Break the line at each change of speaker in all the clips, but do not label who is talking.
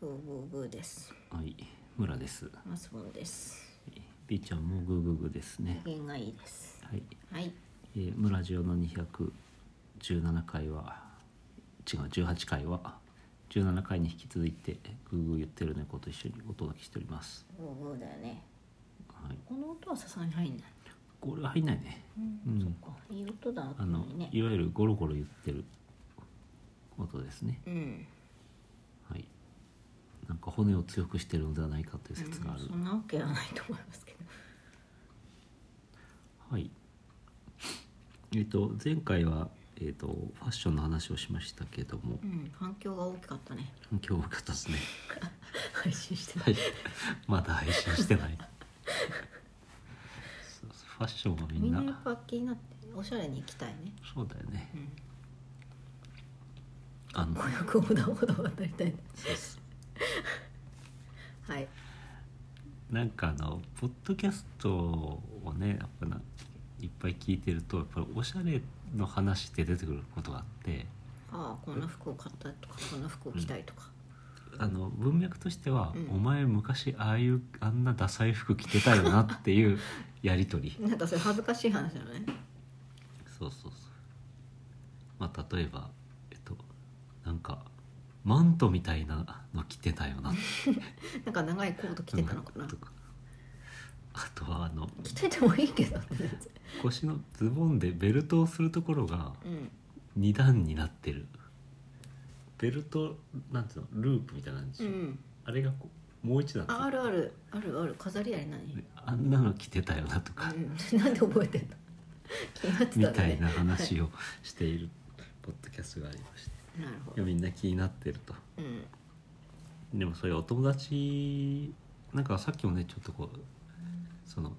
グーグーグーです
はい村です
マスボンです
ビーちゃんもグーグーグーですね
機嫌がいいです
はい、
はい
えー、村ジオの217回は違う18回は17回に引き続いてグーグー言ってる猫と一緒にお届けしております
グーグーだよね
はい
この音はさすがに入んない
これは入んないね
うん、
うん
そっかいい音だった
あ
の
の
にね
いわゆるゴロゴロ言ってる音ですね
うん
はいなんか骨を強くしてるのではないかという説がある、
そんなわけはないと思いますけど
はい。えっ、と前回はえっ、とファッションの話をしましたけども
う、ん反響が大きかったね
今日はかったですね。
配信して
はい。まだ配信してない。そうファッションはみ
み
ん
ん
な
なやっぱ気になっておしゃれに行きたいね
そうだよね。
うん
あの
子役横断歩道を渡りたいね
そうっす
はい
なんかあのポッドキャストをねやっぱないっぱい聞いてるとやっぱりおしゃれの話って出てくることがあって。
ああこんな服を買ったとかこんな服を着たいとか、
あの文脈としては、
うん
お前昔ああいうあんなダサい服着てたよなっていう やり取り
なんかそれ恥ずかしい話だね
そうそうそうまあ例えばえっとなんかマントみたいなの着てたよな
なんか長いコート着てたのかな
とかあとはあの
着ててもいいけどね
腰のズボンでベルトをするところが
うん
2段になってるベルトなんていうのループみたいな感じ
う
でしょ、
ん
あれがこうもう一段
ああるあるあるある飾りあり何、
であんなの着てたよなとか、
うん、 なんで覚えてんの気になってたん
み
だ
た
ね
いな話をしているポッドキャストがありまして
なるほ
いや
ど
みんな気になってると
うん
でもそういうお友達なんかさっきもねちょっとこうその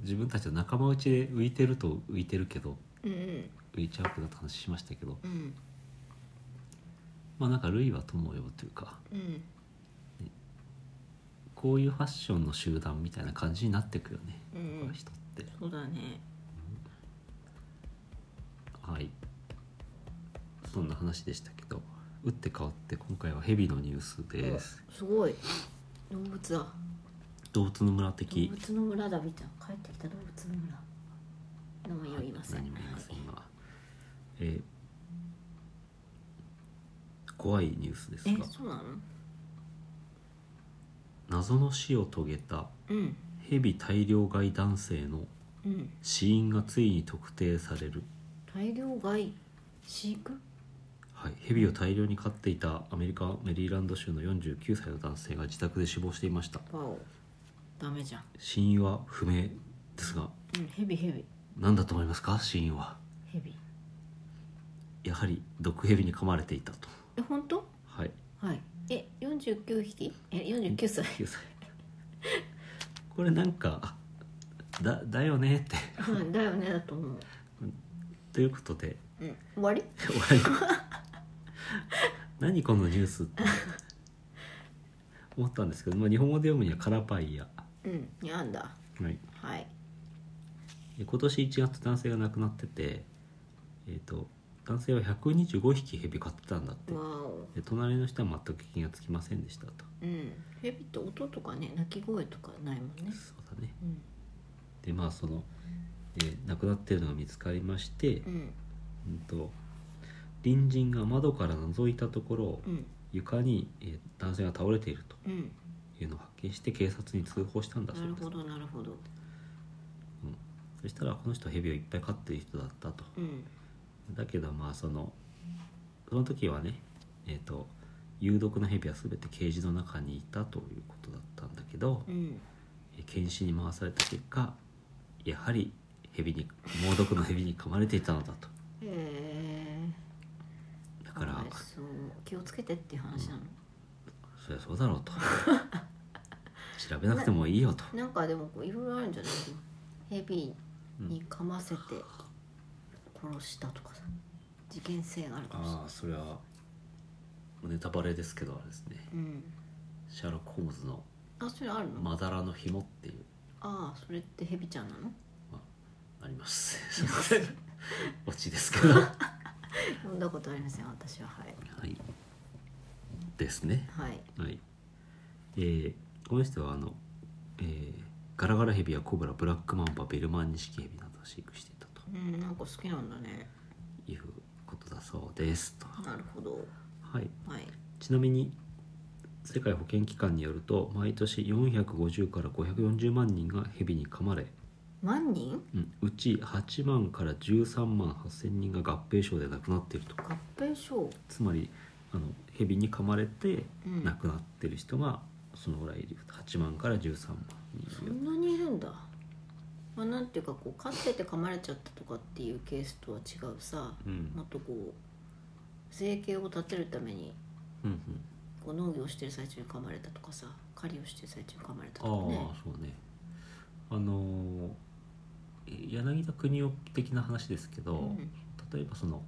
自分たちの仲間内で浮いてると浮いてるけど
うんうん
浮いちゃうけどって話しましたけど
うん
まあなんか類は友よというか
うん
こういうファッションの集団みたいな感じになってくよね、
うんうん
人って
そうだね
はいそんな話でしたけど打って変わって今回はヘビのニュースです、
すごい動物だ
動物の村
動
的
物の村だみちゃん帰ってきた動物の村名前言いません、
何も言いませんが、えー怖いニュースです
え
が
そうなの
謎の死を遂げた
うん
ヘビ大量飼い男性の
うん
死因がついに特定される、
大量飼い飼育
はい、ヘビを大量に飼っていたアメリカメリーランド州の49歳の男性が自宅で死亡していました
パオダメじゃん
死因は不明ですが
うんヘビヘビ
何だと思いますか死因は
ヘビ
やはり毒ヘビに噛まれていたと
え本当
はい
はいえ49匹え49歳
9歳 これなんかあだだよねって
うんだよねだと思う
ということで
うん終わり
終わり何このニュースって思ったんですけど、まあ、日本語で読むにはカラパイヤ、
うんやんだ
はい、
はい
で今年1月男性が亡くなってて、えー、と男性は125匹ヘビ飼ってたんだって
わお
で隣の人は全く気がつきませんでしたと
うんヘビって音とかね鳴き声とかないもんね
そうだね
うん
でまあその、えー亡くなってるのが見つかりまして、
うん
うんと隣人が窓から覗いたところ
うん
床に、えー男性が倒れていると
うん
いうのを発見して警察に通報したんだそ
な
う
る
です
ほどなるほど
うん、そしたらこの人はヘビをいっぱい飼ってる人だったと
うん
だけどまあそのその時はねえっ、と有毒なヘビは全てケージの中にいたということだったんだけど、
うん
えー検視に回された結果やはりヘビに猛毒のヘビに噛まれていたのだと
へえ
だ
か
から
わいそう気をつけてっていう話なの、
そりゃそう だろうと調べなくてもいいよと
なんかでもこういろいろあるんじゃないヘビに噛ませて殺したとかさ事件性があるかもしれない
ああそれはネタバレですけどあれですね
うん
シャーロック・ホームズの
あそれある
「
の、
まだらの紐」っていう、
ああそれってヘビちゃんなの
まあ、ありますすいませんオチですけどは
飲んだことありません私ははい
いですね
はい
はいえーこの人はあの、えーガラガラヘビやコブラブラックマンパベルマンニシキヘビなどを飼育していたと
うんなんか好きなんだね
いうことだそうですと、
なるほど
はい、
はい
ちなみに世界保健機関によると毎年450から540万人がヘビに噛まれ、
万人
うんうち8万から13万8,000人が合併症で亡くなっていると
合併症
つまりあのヘビに噛まれて
うん
亡くなってる人がそのぐらいいる8万から13万人
そ
いる
んなにいるんだまあなんていうかこうかってて噛まれちゃったとかっていうケースとは違うさ
うん
もっとこう生計を立てるために
うんうん
こう農業をしてる最中に噛まれたとかさ狩りをしてる最中に噛まれた
ああ
とかね
そうねあのーえ柳田邦夫的な話ですけど、
うん
例えばその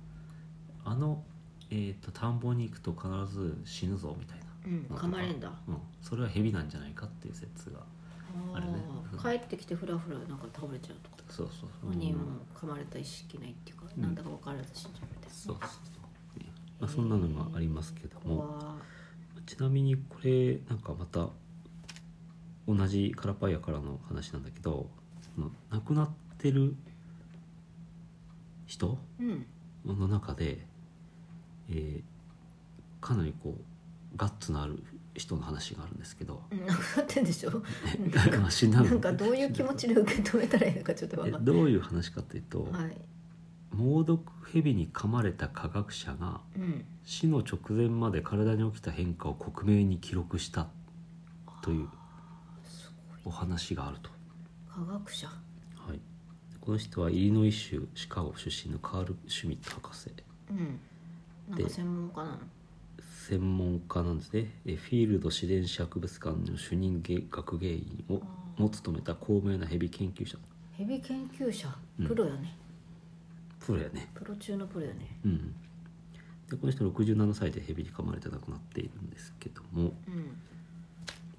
あの、えー、と田んぼに行くと必ず死ぬぞみたい
う
な、
ん噛まれんだ
うん、それはヘビなんじゃないかっていう説があれね
あー帰ってきてフラフラなんか倒れちゃうとか
そうそうそう
本人も噛まれた意識ないっていうか、
うん
なんだか分からず死んじゃうみたいな
そうそうそう、ねまあ、そんなのがありますけど
う
も
わ
ちなみにこれなんかまた同じカラパイヤからの話なんだけどその亡くなってる人
ーうん
の中で、えーかなりこうガッツのある人の話があるんですけど
うんなくなってんでしょ
まあ死ん だ
な
の
んかどういう気持ちで受け止めたらいいのかちょっと分
え
かんな
どういう話かというと、
い、はい、
猛毒ヘビに噛まれた科学者が
うん
死の直前まで体に起きた変化を克明に記録したという
す
お話があると、
科学者
はい、この人はイリノイ州シカゴ出身のカール・シュミット博士
うんなんか専門家なの
専門家なんですねえフィールド自然史博物館の主任芸学芸員をも務めた高名なヘビ研究者
ヘビ研究者
うん
プロやね、
プロやね
プロ中のプロやね
うんでこの人67歳でヘビに噛まれて亡くなっているんですけども
うん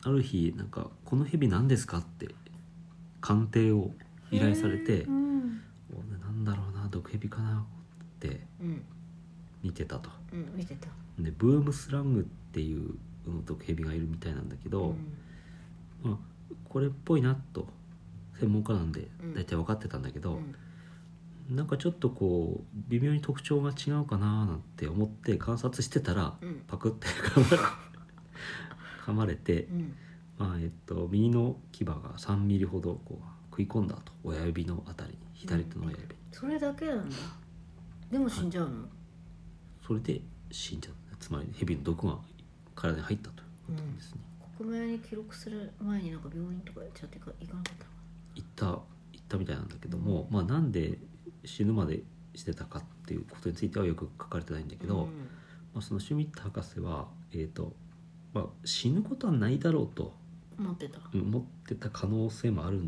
ある日なんか「このヘビ何ですか?」って鑑定を依頼されて
うん
「おなんだろうな毒ヘビかな?」って
うん、
見てたと。
うん、見てた
でブームスラングっていううん毒ヘビがいるみたいなんだけど、
ん
まあ、これっぽいなと専門家なんで
うん
大体分かってたんだけ
う
ど、
ん
なんかちょっとこう微妙に特徴が違うかななんて思って観察してたら、
うん
パクって噛まれ噛まれて、
うん
まあえっと、右の牙が3ミリほどこう食い込んだと親指のあたりに左手の親指に、
それだけなんだでも死んじゃうの、
それで死んじゃったつまりヘビの毒が体に入ったということですね、
国名に記録する前になんか病院とかちゃってか行かなかったのか
行った行ったみたいなんだけども、まあ、なんで死ぬまでしてたかっていうことについてはよく書かれてないんだけ
な
ど、
うん
まあ、そのシュミット博士は、えーとまあ、死ぬことはないだろうと
持ってた
うん思ってた可能性もある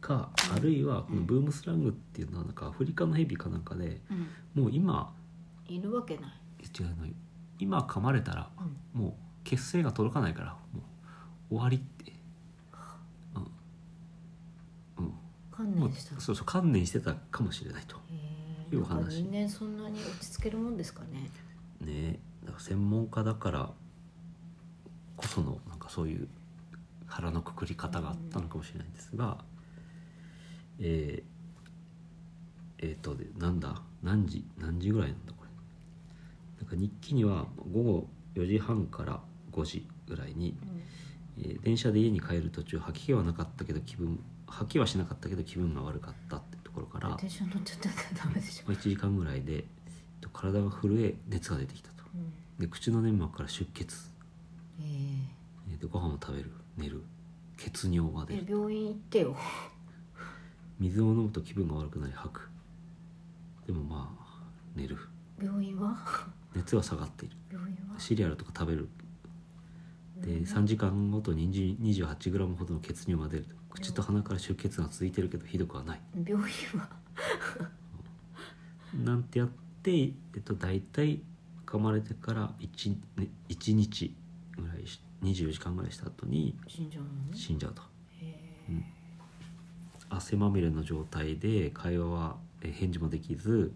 かあるいはこのブームスラングっていうのはなんかアフリカのヘビかなんかで
うん
もう今
いるわけない、
え違うの今噛まれたら
うん、
もう血清が届かないからもう終わりって。うんうん
観
も
念した
うそうそう観念してたかもしれないと
へ
い
え
う
な
お
んか
話
人間そんなに落ち着けるもんですかね
ねだから専門家だからこそのなんかそういう腹のくくり方があったのかもしれないんですが、えー、えー、とでなんだ何時何時ぐらいなんだこれなんか日記には午後4時半から5時ぐらいに、えー電車で家に帰る途中吐き気はなかったけど気分吐きはしなかったけど気分が悪かったってところから、ま
電車乗っちゃったらダメでしょ
あ、1時間ぐらいで、えっと体が震え熱が出てきたと。
うん
で口の粘膜から出血
え
えーでご飯を食べる寝る血尿が
え
出る
え病院行ってよ
水を飲むと気分が悪くなり吐くでもまあ寝る
病院 は
熱は下がっている
病院は
シリアルとか食べるで3時間ごとに20 28g ほどの血尿が出る口と鼻から出血が続いてるけどひどくはない
病院は
なんてやって、えっと、大体噛まれてから 1, ね1日ぐらいし24時間ぐらいした後に
死んじゃうのね
死んじゃうと。
へえ
汗まみれの状態で会話はえー返事もできず、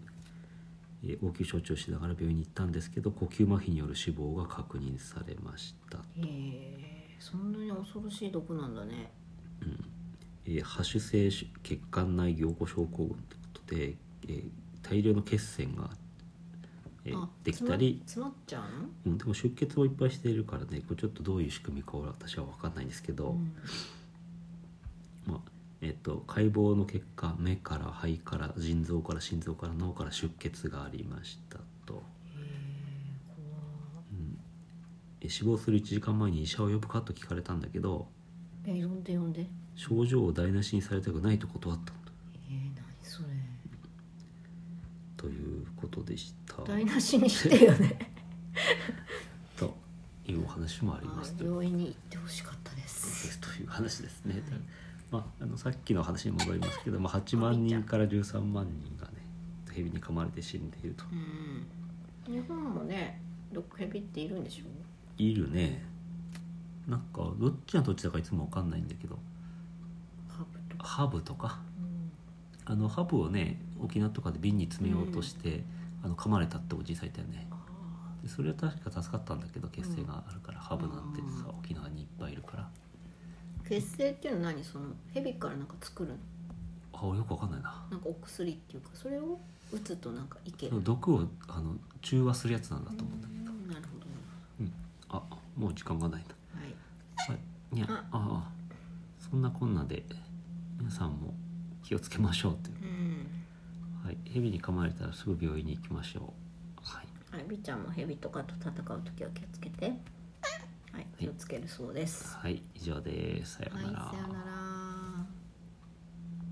えー応急処置をしながら病院に行ったんですけど呼吸麻痺による死亡が確認されました、
へえそんなに恐ろしい毒なんだね
えー、播種性血管内凝固症候群ということで、えー大量の血栓が、えー
あ
できたり、
詰ま詰まっちゃうの
うん、でも出血もいっぱいしているからねこれちょっとどういう仕組みかは私は分かんないんですけど、
うん
まあえっと解剖の結果目から肺から腎臓から心臓から脳から出血がありましたと、うんえ死亡する1時間前に医者を呼ぶかと聞かれたんだけど
え呼んで呼んで
症状を台無しにされたくないと断った
えー、何それ
ということでした
台無しにしてよね
というお話もあり
あ
ますという
病院に行ってほしかったです
という話ですね。まあ、あのさっきの話に戻りますけど、まあ、8万人から13万人がね蛇に噛まれて死んでいると
うん日本もね毒蛇っているんでしょ
いるねなんかどっちがどっちだかいつも分かんないんだけど
ハブとか、
ハブとか
うん
あのハブをね沖縄とかで瓶に詰めようとして、あの噛まれたっておじいさんいたよね
あ
でそれは確か助かったんだけど血清があるから、ハブなんてさ
う
沖縄にいっぱいいるから
ー血清っていうのは何その蛇からなんか作るの
あよく分かんないな
なんかお薬っていうかそれを打つとなんかいける
毒をあの中和するやつなんだと思うんだけど、
うんなるほど
あもう時間がないな
はい
はい、いや
あ
ああそんなこんなで皆さんも気をつけましょうという
うん
はい蛇に噛まれたらすぐ病院に行きましょうはい
はい、ビちゃんも蛇とかと戦う時は気をつけてはい気をつけるそうです
はい以上ですさよう
はい、さようなら。